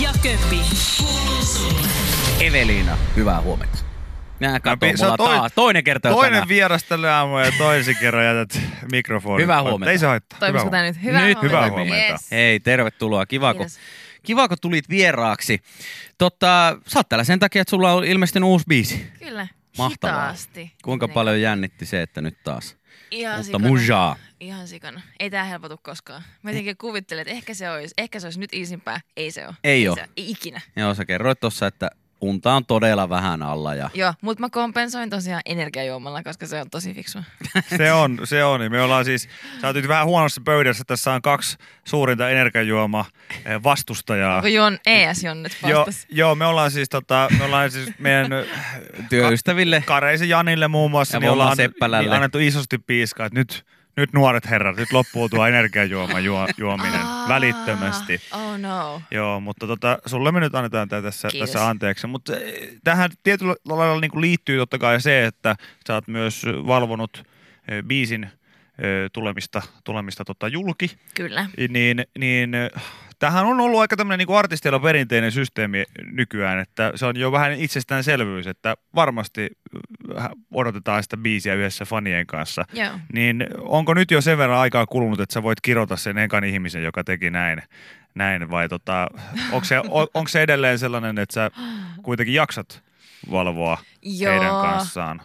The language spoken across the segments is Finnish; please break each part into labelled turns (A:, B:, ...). A: Nyöpi.
B: Eveliina, hyvää huomenta. Nää katoo
C: pi- sä
B: mulla
C: toi-
B: toi, toinen kerta jo
C: Toinen
B: tänään.
C: vieras tälle aamu ja toisen kerran jätät mikrofonin.
B: Hyvää
C: pois.
B: huomenta.
C: Ei se haittaa.
D: Toimisiko
C: Hyvää
D: tämä nyt? Hyvää
B: Nyt
D: huomenta.
C: hyvää huomenta.
D: Yes.
B: Hei, tervetuloa. Kiva, kun,
D: Kiitos.
B: kiva, kun tulit vieraaksi. Totta, sä oot täällä sen takia, että sulla on ilmestynyt uusi biisi.
D: Kyllä.
B: Mahtavaa.
D: Hitaasti.
B: Kuinka
D: Niin.
B: paljon jännitti se, että nyt taas.
D: Ihan
B: Mutta
D: sikana.
B: mujaa.
D: Ihan sikana. Ei tää helpotu koskaan. Mä jotenkin kuvittelen, että ehkä se olisi, ehkä se olisi nyt iisimpää. Ei se ole.
B: Ei oo.
D: Ei ikinä.
B: Joo, sä kerroit tossa, että unta on todella vähän alla ja
D: Joo, mutta mä kompensoin tosiaan energiajuomalla, koska se on tosi fiksua.
C: Se on, se on. Me ollaan siis, sä oot nyt vähän huonossa pöydässä. Tässä on kaksi suurinta energiajuoma eh,
B: Ah.
C: vastustajaa.
D: Kun Jon, ES Jon nyt
C: Joo,
D: vastas.
C: joo, me ollaan siis, tota, me ollaan siis meidän äh,
B: työystäville.
C: Kareisen Janille muun muassa,
B: Ja
C: niin
B: Vomma
C: ollaan
B: Seppälälle.
C: niin annettu isosti piiskaa, että nyt, nyt nuoret herrat, nyt loppuu tuo energiajuoma juo, juominen
D: Aa,
C: välittömästi.
D: Ah. Oh no.
C: Joo, mutta tota, sulle me nyt annetaan tää tässä,
D: Kiitos.
C: tässä anteeksi. Mutta tähän tietyllä lailla niinku liittyy totta kai se, että sä oot myös valvonut ö, biisin ö, tulemista, tulemista tota, julki.
D: Kyllä.
C: Niin, niin ö, tämähän on ollut aika tämmöinen niinku artisteilla perinteinen systeemi nykyään, että se on jo vähän itsestäänselvyys, että varmasti ö, vähän odotetaan sitä biisiä yhdessä fanien kanssa.
D: Joo.
C: Niin onko nyt jo sen verran aikaa kulunut, että sä voit kirota sen enkan ihmisen, joka teki näin, näin vai tota, onko, se, on, onko se edelleen sellainen, että sä kuitenkin jaksat valvoa Joo. heidän
D: Joo.
C: kanssaan?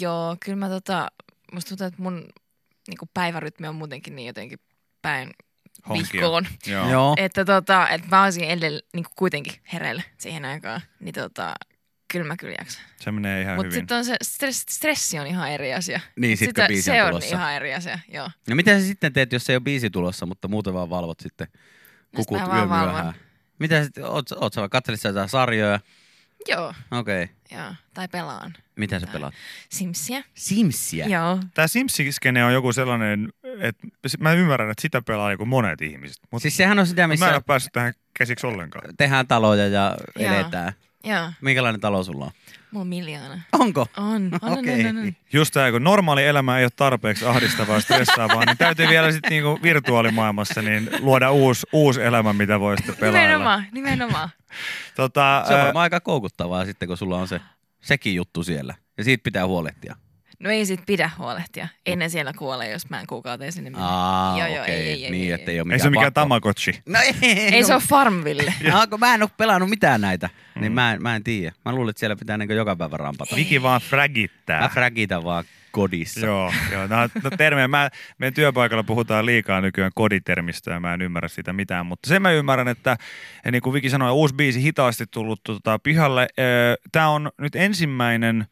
D: Joo, kyllä mä tota, musta tuntuu, että mun niinku päivärytmi on muutenkin niin jotenkin päin
C: Honkia.
D: vihkoon.
C: Joo. Joo.
B: Joo.
D: Että tota, et mä olisin edellä niin kuitenkin hereillä siihen aikaan, niin tota, kyllä mä kyllä jaksan.
C: Se menee ihan
D: Mutta
C: Mut hyvin.
D: sitten on se stress, stressi on ihan eri asia.
B: Niin, sit kun biisi
D: se
B: on
D: on
B: tulossa.
D: ihan eri asia, joo.
B: No mitä sä sitten teet, jos ei ole biisi tulossa, mutta muuten vaan valvot sitten kukut
D: mä
B: yö
D: vaan valvon.
B: myöhään? Mitä sit, oot, oot sä vaan katselit sä jotain sarjoja?
D: Joo,
B: Okei. Okay.
D: joo. Tai pelaan
B: Mitä sä pelaat?
D: Simsiä.
B: Simsiä?
D: Joo.
C: Tämä Sims-skene on joku sellainen, että s- mä ymmärrän, että sitä pelaa niin kuin monet ihmiset, mutta
B: Siis sehän on sitä,
C: siis mä en ole
B: missä
C: päässyt tähän käsiksi ollenkaan.
B: tehdään taloja ja
D: Joo.
B: eletään.
D: Joo,
B: Minkälainen talo sulla on?
D: mulla on miljoona.
B: Onko?
D: On, on,
B: Okei.
D: okay. on, on, on.
C: Just tämä, kun normaali elämä ei ole tarpeeksi ahdistavaa ja stressaavaa, niin täytyy vielä sitten niinku virtuaalimaailmassa niin luoda uusi, uusi elämä, mitä voi sitten pelailla.
D: Nimenomaan, nimenomaan.
C: Tota,
B: Se on
C: ää,
B: varmaan aika koukuttavaa sitten, kun sulla on se sekin juttu siellä. Ja siitä pitää huolehtia.
D: No ei sit pidä huolehtia. Ei ne siellä kuole, jos mä en kuukauteen sinne mene.
B: Aa,
D: Joo, joo,
B: okei.
D: ei, ei, ei,
B: niin,
D: ei,
B: ettei ole
C: Ei se ole mikään
B: pakko.
C: tamakotsi.
B: No ei,
D: Ei se ole Farmville.
B: No, kun mä en ole pelannut mitään näitä, niin mä en, mä en tiedä. Mä luulen, että siellä pitää niin joka päivä rampata.
C: Viki vaan
B: Mä
C: fragittää.
B: fragitan vaan kodissa.
C: Joo, joo. No, no termejä. Mä, meidän työpaikalla puhutaan liikaa nykyään koditermistä ja mä en ymmärrä sitä mitään, mutta sen mä ymmärrän, että niin kuin Viki sanoi, uusi biisi hitaasti tullut tota, pihalle. Tämä on nyt ensimmäinen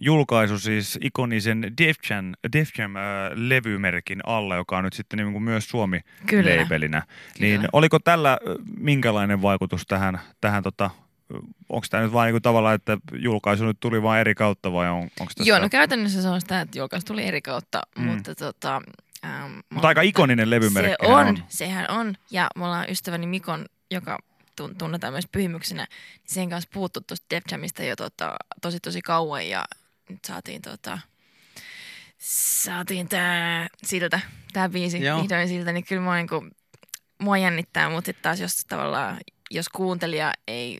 C: julkaisu siis ikonisen Def Jam, Def Jam äh, levymerkin alla, joka on nyt sitten niin kuin myös suomi
D: Kyllä.
C: labelinä. Niin
D: Kyllä.
C: oliko tällä äh, minkälainen vaikutus tähän, tähän tota, onko tämä nyt vain niinku tavallaan, että julkaisu nyt tuli vain eri kautta vai on, onko tässä...
D: Joo, no käytännössä se on sitä, että julkaisu tuli eri kautta,
C: Mm.
D: mm. mutta tota... Ähm, me
C: Mutta aika
D: ollaan-
C: ikoninen
D: Se
C: levymerkki.
D: on, sehän on. Ja me ollaan ystäväni Mikon, joka tun- tunnetaan myös pyhimyksenä, niin sen kanssa puhuttu tuosta Def Jamista jo tota, tosi tosi kauan ja nyt saatiin tota, saatiin tää siltä, tää biisi
B: Joo.
D: Joo. vihdoin siltä, niin kyllä mua, niinku, mua jännittää, mutta sitten taas jos tavallaan, jos kuuntelija ei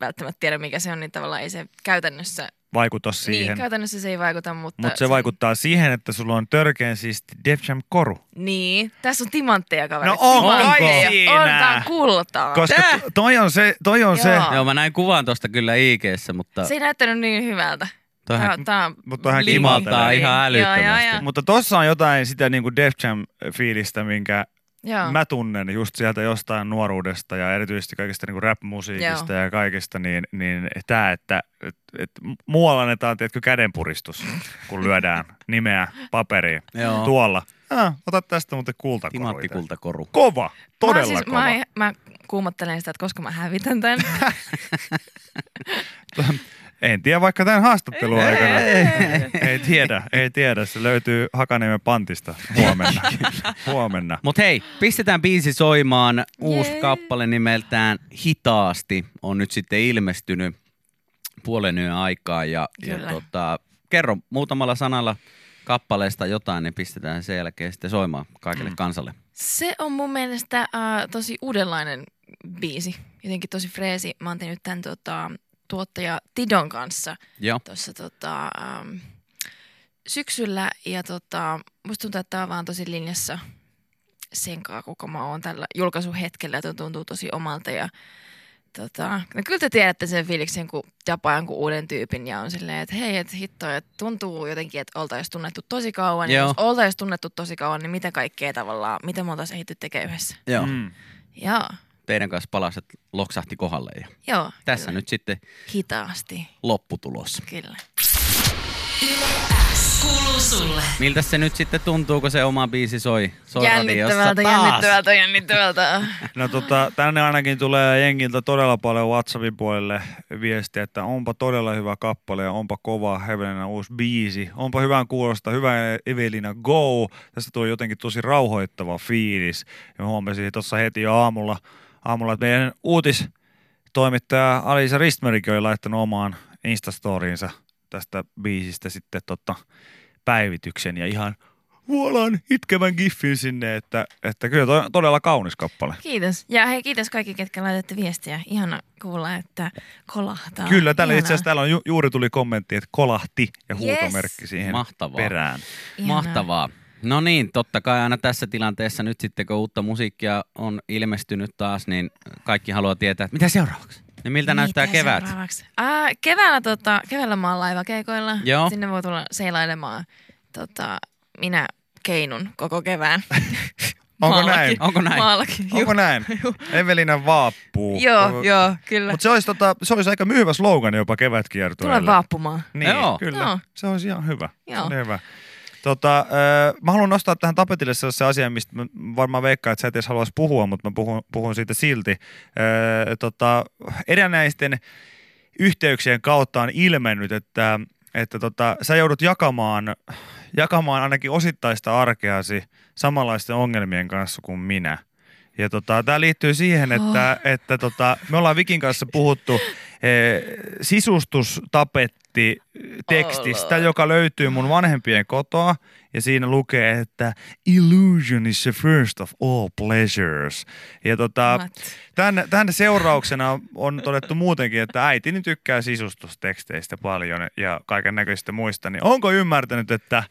D: välttämättä tiedä mikä se on, niin tavallaan ei se käytännössä
C: Vaikuta siihen.
D: niin, käytännössä se ei vaikuta, mutta...
C: Mutta se vaikuttaa siihen, että sulla on törkeän siis Def Jam koru.
D: Niin, tässä on timantteja, kaverit.
C: No onko
D: Timantteja.
C: siinä?
D: On, tää on kultaa.
C: Koska
B: Tää?
C: t- toi on se, toi on se.
D: Joo.
B: Joo, mä näin kuvan tosta kyllä IG-ssä, mutta
D: Se ei näyttänyt niin hyvältä.
B: toihan
D: Tää- tää on
C: Mut toihan
D: bling.
C: kimaltaa
B: ihan
D: Joo,
B: älyttömästi.
D: Joo,
C: mutta tossa on jotain sitä niinku Def Jam fiilistä, minkä
D: joo. siis- joo.
C: mä tunnen just sieltä jostain nuoruudesta ja erityisesti kaikesta niinku rap-musiikista ja kaikesta, niin, niin tämä, että et, et muualla annetaan, tiedätkö, kädenpuristus, kun lyödään nimeä paperiin.
B: Joo.
C: Tuolla. Ah, ota tästä muuten kultakoru. itse.
B: Timanttikultakoru.
C: Kova, todella
D: mä, siis,
C: kova.
D: mä, mä kuumottelen sitä, että koska mä hävitän tämän.
C: En tiedä vaikka tämän haastattelun
B: Ei,
C: aikana.
B: ei, ei.
C: Ei tiedä, ei tiedä. Se löytyy Hakaniemen pantista huomenna. huomenna.
B: Mut hei, pistetään biisi soimaan. Uusi
D: Jee.
B: kappale nimeltään Hitaasti on nyt sitten ilmestynyt puolen yön aikaa. Ja, ja
D: Kyllä.
B: tota, kerro muutamalla sanalla kappaleesta jotain, niin pistetään sen jälkeen sitten soimaan kaikille kansalle.
D: Se on mun mielestä äh, tosi uudenlainen biisi. Jotenkin tosi freesi. Mä oon tehnyt tämän tota, tuottaja Tidon kanssa
B: Joo.
D: tuossa tota, ähm, syksyllä. Ja tota, musta tuntuu, että tää on vaan tosi linjassa sen kaa, kuka mä oon tällä julkaisuhetkellä. Tämä tuntuu tosi omalta ja Tota, no kyllä te tiedätte sen fiiliksen, kun tapaa jonkun uuden tyypin ja on silleen, että hei, että hitto, että tuntuu jotenkin, että oltaisiin tunnettu tosi kauan. Ja
B: Joo.
D: jos oltaisiin tunnettu tosi kauan, niin mitä kaikkea tavallaan, mitä me oltaisiin ehditty tekemään yhdessä.
B: Joo.
C: Mm.
D: Joo,
B: Teidän kanssa palaset loksahti kohdalle ja
D: joo.
B: tässä
D: kyllä.
B: nyt sitten
D: Hitaasti,
B: lopputulos.
D: kyllä.
A: Kuuluu sulle.
B: Miltä se nyt sitten tuntuu, kun se oma biisi soi, soi radiossa
D: Jännittävältä,
B: taas?
D: jännittävältä, jännittävältä.
C: No tota, tänne ainakin tulee jengiltä todella paljon WhatsAppin puolelle viestiä, että onpa todella hyvä kappale ja onpa kova Hevelina uusi biisi. Onpa hyvän kuulosta, hyvä Evelina Go. Tästä tuli jotenkin tosi rauhoittava fiilis. Ja mä huomasin tuossa heti jo aamulla, aamulla että meidän uutistoimittaja Alisa Ristmerikin oli laittanut omaan Instastoriinsa tästä biisistä sitten totta päivityksen ja ihan vuolaan itkevän giffin sinne, että, että kyllä toi on todella kaunis kappale.
D: Kiitos. Ja hei, kiitos kaikki, ketkä laitatte viestiä. Ihana kuulla, että kolahtaa.
C: Kyllä, täällä itse
D: Ihanaa,
C: asiassa täällä on ju, juuri tuli kommentti, että kolahti ja
D: Yes.
C: huutomerkki siihen
B: Mahtavaa.
C: perään.
D: ihanaa.
B: Mahtavaa. No niin, totta kai aina tässä tilanteessa nyt sitten, kun uutta musiikkia on ilmestynyt taas, niin kaikki haluaa tietää, että mitä seuraavaksi? Ja miltä näyttää kevät?
D: seuraavaksi? Ää, keväällä, tota, keväällä mä oon laivakeikoilla.
B: Joo.
D: Sinne voi tulla seilailemaan tota, minä keinun koko kevään.
C: Onko
D: Maallakin.
C: näin?
B: Onko näin?
D: Maallakin.
C: Onko
D: Juu.
C: näin?
D: Juu.
C: Evelina vaappuu.
D: Joo, joo, kyllä.
C: Mutta se olisi, tota, se olisi aika myyvä slogan jopa kevätkiertueelle.
D: Tule vaappumaan.
C: Niin,
B: Joo.
C: kyllä.
D: Joo.
C: Se olisi ihan hyvä. Se
D: Joo.
C: on hyvä. Tota, ö, mä haluan nostaa tähän tapetille sellaisen asian, mistä mä varmaan veikkaan, että sä et edes haluaisi puhua, mutta mä puhun, puhun siitä silti. Ö, tota, erinäisten yhteyksien kautta on ilmennyt, että, että tota, sä joudut jakamaan, jakamaan ainakin osittaista arkeasi samanlaisten ongelmien kanssa kuin minä. Ja tota, tämä liittyy siihen, että, että tota, me ollaan Vikin kanssa puhuttu eh, sisustustapetti tekstistä,
D: Oh, Lord.
C: joka löytyy mun vanhempien kotoa. Ja siinä lukee, että illusion is the first of all pleasures. Ja tota,
D: What?
C: Tämän, tämän seurauksena on todettu muutenkin, että äitini tykkää sisustusteksteistä paljon ja kaiken näköistä muista. Niin onko ymmärtänyt, että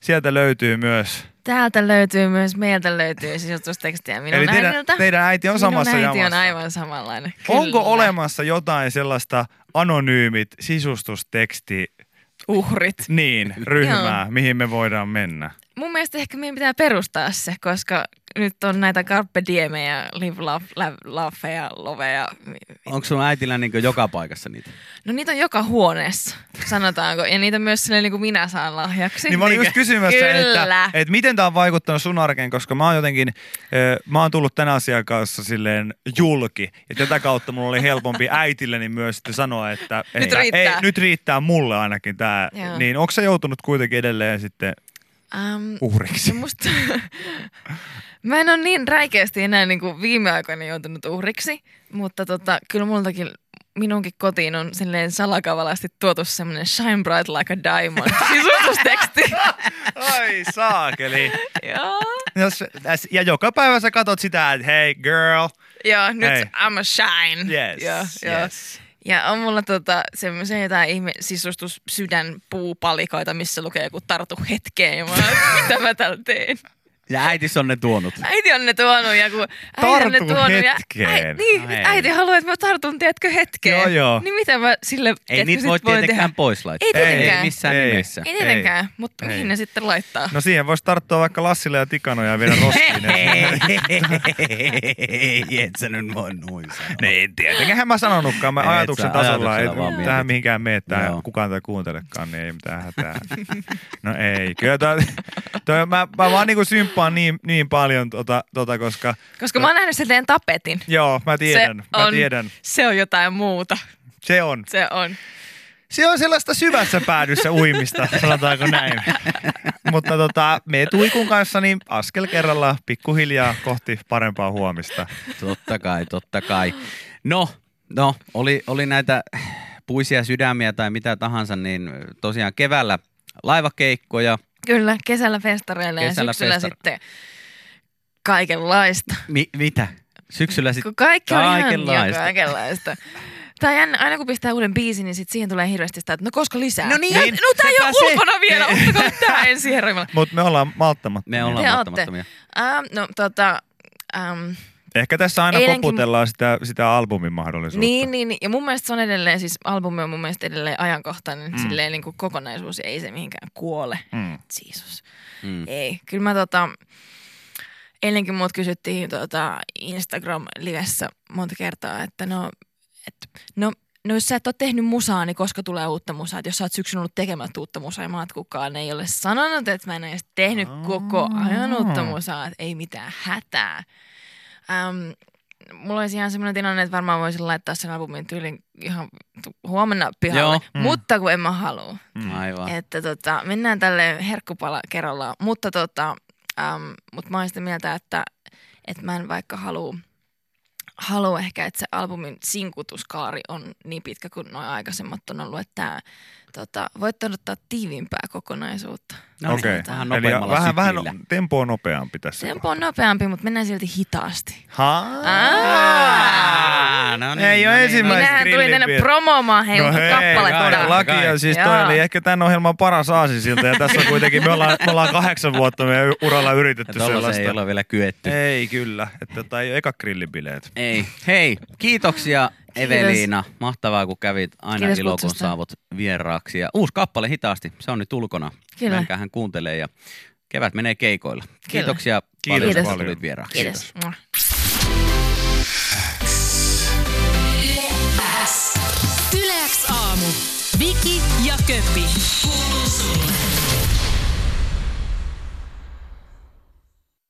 C: sieltä löytyy myös...
D: Täältä löytyy myös, meiltä löytyy sisältöstekstiä minun
C: Eli teidän,
D: äidiltä.
C: teidän äiti on samassa
D: minun äiti
C: jamassa.
D: on aivan samanlainen.
C: Onko
D: Kyllä.
C: olemassa jotain sellaista anonyymit sisustusteksti
D: uhrit?
C: niin ryhmää, mihin me voidaan mennä?
D: Mun mielestä ehkä meidän pitää perustaa se, koska nyt on näitä Carpe Diemejä, Live Love, Love, Laugheja, Loveja.
B: Onko sun äitillä niin joka paikassa niitä?
D: No niitä on joka huoneessa, sanotaanko. Ja niitä myös silleen niin kuin minä saan lahjaksi.
C: Niin mä olin just kysymässä,
D: Kyllä.
C: että, että miten tämä on vaikuttanut sun arkeen, koska mä oon jotenkin, ö, mä oon tullut tämän asian kanssa silleen julki. Ja tätä kautta mulla oli helpompi äitilleni myös sitten sanoa, että
D: Nyt
C: ei,
D: riittää.
C: Ei, nyt riittää mulle ainakin tämä.
D: Joo.
C: Niin onko se joutunut kuitenkin edelleen sitten
D: Um,
C: uhriksi?
D: No musta... mä en ole niin räikeästi enää niin kuin viime aikoina joutunut uhriksi, mutta tota, kyllä multakin minunkin kotiin on silleen salakavalasti tuotu semmoinen Shine Bright Like a Diamond sisustusteksti.
C: Ai saakeli.
D: Joo.
C: Jos, äs- ja joka päivä sä katot sitä, että hei girl,
D: Joo, nyt
C: Hei.
D: I'm a shine.
C: yes,
D: Joo, joo.
C: yes.
D: Ja on mulla tota, semmoisia jotain ihme sisustus sydän puupalikoita, missä lukee joku tartu hetkeen. Ja mä, oon, että mitä mä täällä teen?
B: Ja äitis on ne tuonut.
D: Äiti on ne tuonut ja kun äiti on ne
C: Tartu
D: tuonut ja
C: hetkeen.
D: äi, niin,
B: No ei.
D: äiti haluaa, että mä tartun, tiedätkö, hetkeen.
C: Joo, joo.
D: Niin mitä mä sille,
B: Ei
D: tiedätkö,
B: niitä
D: sit
B: voi tietenkään
D: tehdä?
B: pois laittaa.
D: Ei tietenkään.
B: Ei missään
C: Ei.
B: nimessä.
D: Ei tietenkään, mutta
C: Ei.
D: mihin ne sitten laittaa?
C: No siihen voisi tarttua vaikka Lassille ja Tikanoja ja vielä roskiin.
B: Ei, et sä nyt voi noin sanoa.
C: Niin, tietenkähän mä sanonutkaan. Mä
B: Et sä
C: ajatuksen tasolla,
B: ajatuksella
C: että
B: vaan
C: tähän
B: mietit.
C: mihinkään mene, tää
B: Joo.
C: kukaan tätä kuuntelekaan, niin ei mitään hätää. No ei, kyllä toi, toi, mä, mä vaan niinku symppaan niin, niin paljon tota, tota, koska
D: Koska mä oon nähnyt sen teidän tapetin.
C: joo, mä tiedän,
D: se
C: mä
D: on,
C: tiedän.
D: Se on jotain muuta.
C: Se on.
D: Se on.
C: Se on sellaista syvässä päädyssä uimista, sanotaanko näin. Mutta tota, me Tuikun kanssa niin askel kerralla pikkuhiljaa kohti parempaa huomista.
B: Totta kai, totta kai. No, no oli, oli näitä puisia sydämiä tai mitä tahansa, niin tosiaan keväällä laivakeikkoja.
D: Kyllä, kesällä festareilla
B: Kesällä
D: ja syksyllä
B: festar-
D: sitten kaikenlaista.
B: Mi- mitä? Syksyllä sitten
D: Kun kaikki on ihan jo
B: Kaikenlaista.
D: kaikenlaista. Tää on jännä, aina kun pistää uuden biisin, niin sit siihen tulee hirveästi sitä, että no koska lisää.
B: No niin,
D: no, no tää ei
B: sepä
D: ole
B: se.
D: ulkona vielä, ottakaa nyt tää ensi herra
C: Mutta me ollaan malttamattomia.
B: me ollaan
D: Te ootte.
B: ottamattomia.
D: ähm, No tota, ähm,
C: Ehkä tässä aina
D: Eilenkin-
C: koputellaan sitä, sitä albumin mahdollisuutta.
D: niin, niin, niin, ja mun mielestä se on edelleen, siis albumi on mun mielestä edelleen ajankohtainen, mm. silleen niin kuin kokonaisuus, ja ei se mihinkään kuole.
C: Mm.
D: Jeesus.
B: Mm.
D: Ei, kyllä mä tota, eilenkin muut kysyttiin tota Instagram-livessä monta kertaa, että no, et, no, no jos sä et ole tehnyt musaa, niin koska tulee uutta musaa? Et jos sä oot syksyn ollut tekemättä uutta musaa ja mä oot kukaan ei ole sanonut, että mä en ole edes tehnyt koko ajan uutta musaa, et ei mitään hätää. Äm, mulla olisi ihan semmoinen tilanne, että varmaan voisin laittaa sen albumin tyylin ihan tu- huomenna pihalle,
B: Joo, mm.
D: Joo, mutta kun en mä halua.
B: Aivan.
D: Että tota, mennään tälle herkkupala kerrallaan. Mutta tota, äm, mut mä oon sitä mieltä, että et mä en vaikka halua halua ehkä, että se albumin sinkutuskaari on niin pitkä kuin noin aikaisemmat on ollut, että tää, tota, voit odottaa tiiviimpää kokonaisuutta.
B: No niin,
C: Okei.
B: Vähän
C: Eli
B: nopeammalla
C: vähän, vähän no-
B: sykillä.
C: tempoa nopeampi tässä.
D: Tempo on nopeampi, mutta mennään silti hitaasti.
C: Haa.
D: Aa!
B: Ah, no niin,
C: Ei
B: no
C: oo
B: niin.
C: ensimmäistä.
D: Minähän tulin tänne
C: grillipiir-
D: promomaan hei, no hei kappaletta.
B: todellakin.
C: todellakin. Ja siis toi
D: Joo.
C: oli ehkä tämän ohjelman paras aasisilta. Ja tässä on kuitenkin, me ollaan, me ollaan kahdeksan vuotta meidän uralla
B: Ja
C: yritetty
B: tolla se ei
C: sellaista.
B: ole vielä kyetty. Ei.
C: Ei kyllä, että tämä ei ole eka grillibileet.
B: Hei, kiitoksia Eveliina. Mahtavaa, kun kävit aina
D: Kiitos
B: ilo, kun
D: kutsusta.
B: saavut vieraaksi. Ja uusi kappale hitaasti, se on nyt ulkona.
D: Kyllä.
B: Menkää hän kuuntelee ja kevät menee keikoilla. Kiitoksia
C: Kiitos
B: paljon, että
C: paljon.
B: tulit vieraaksi.
D: Kiitos. Mua.
A: Yleäks aamu. Viki ja Köppi. Kuuluu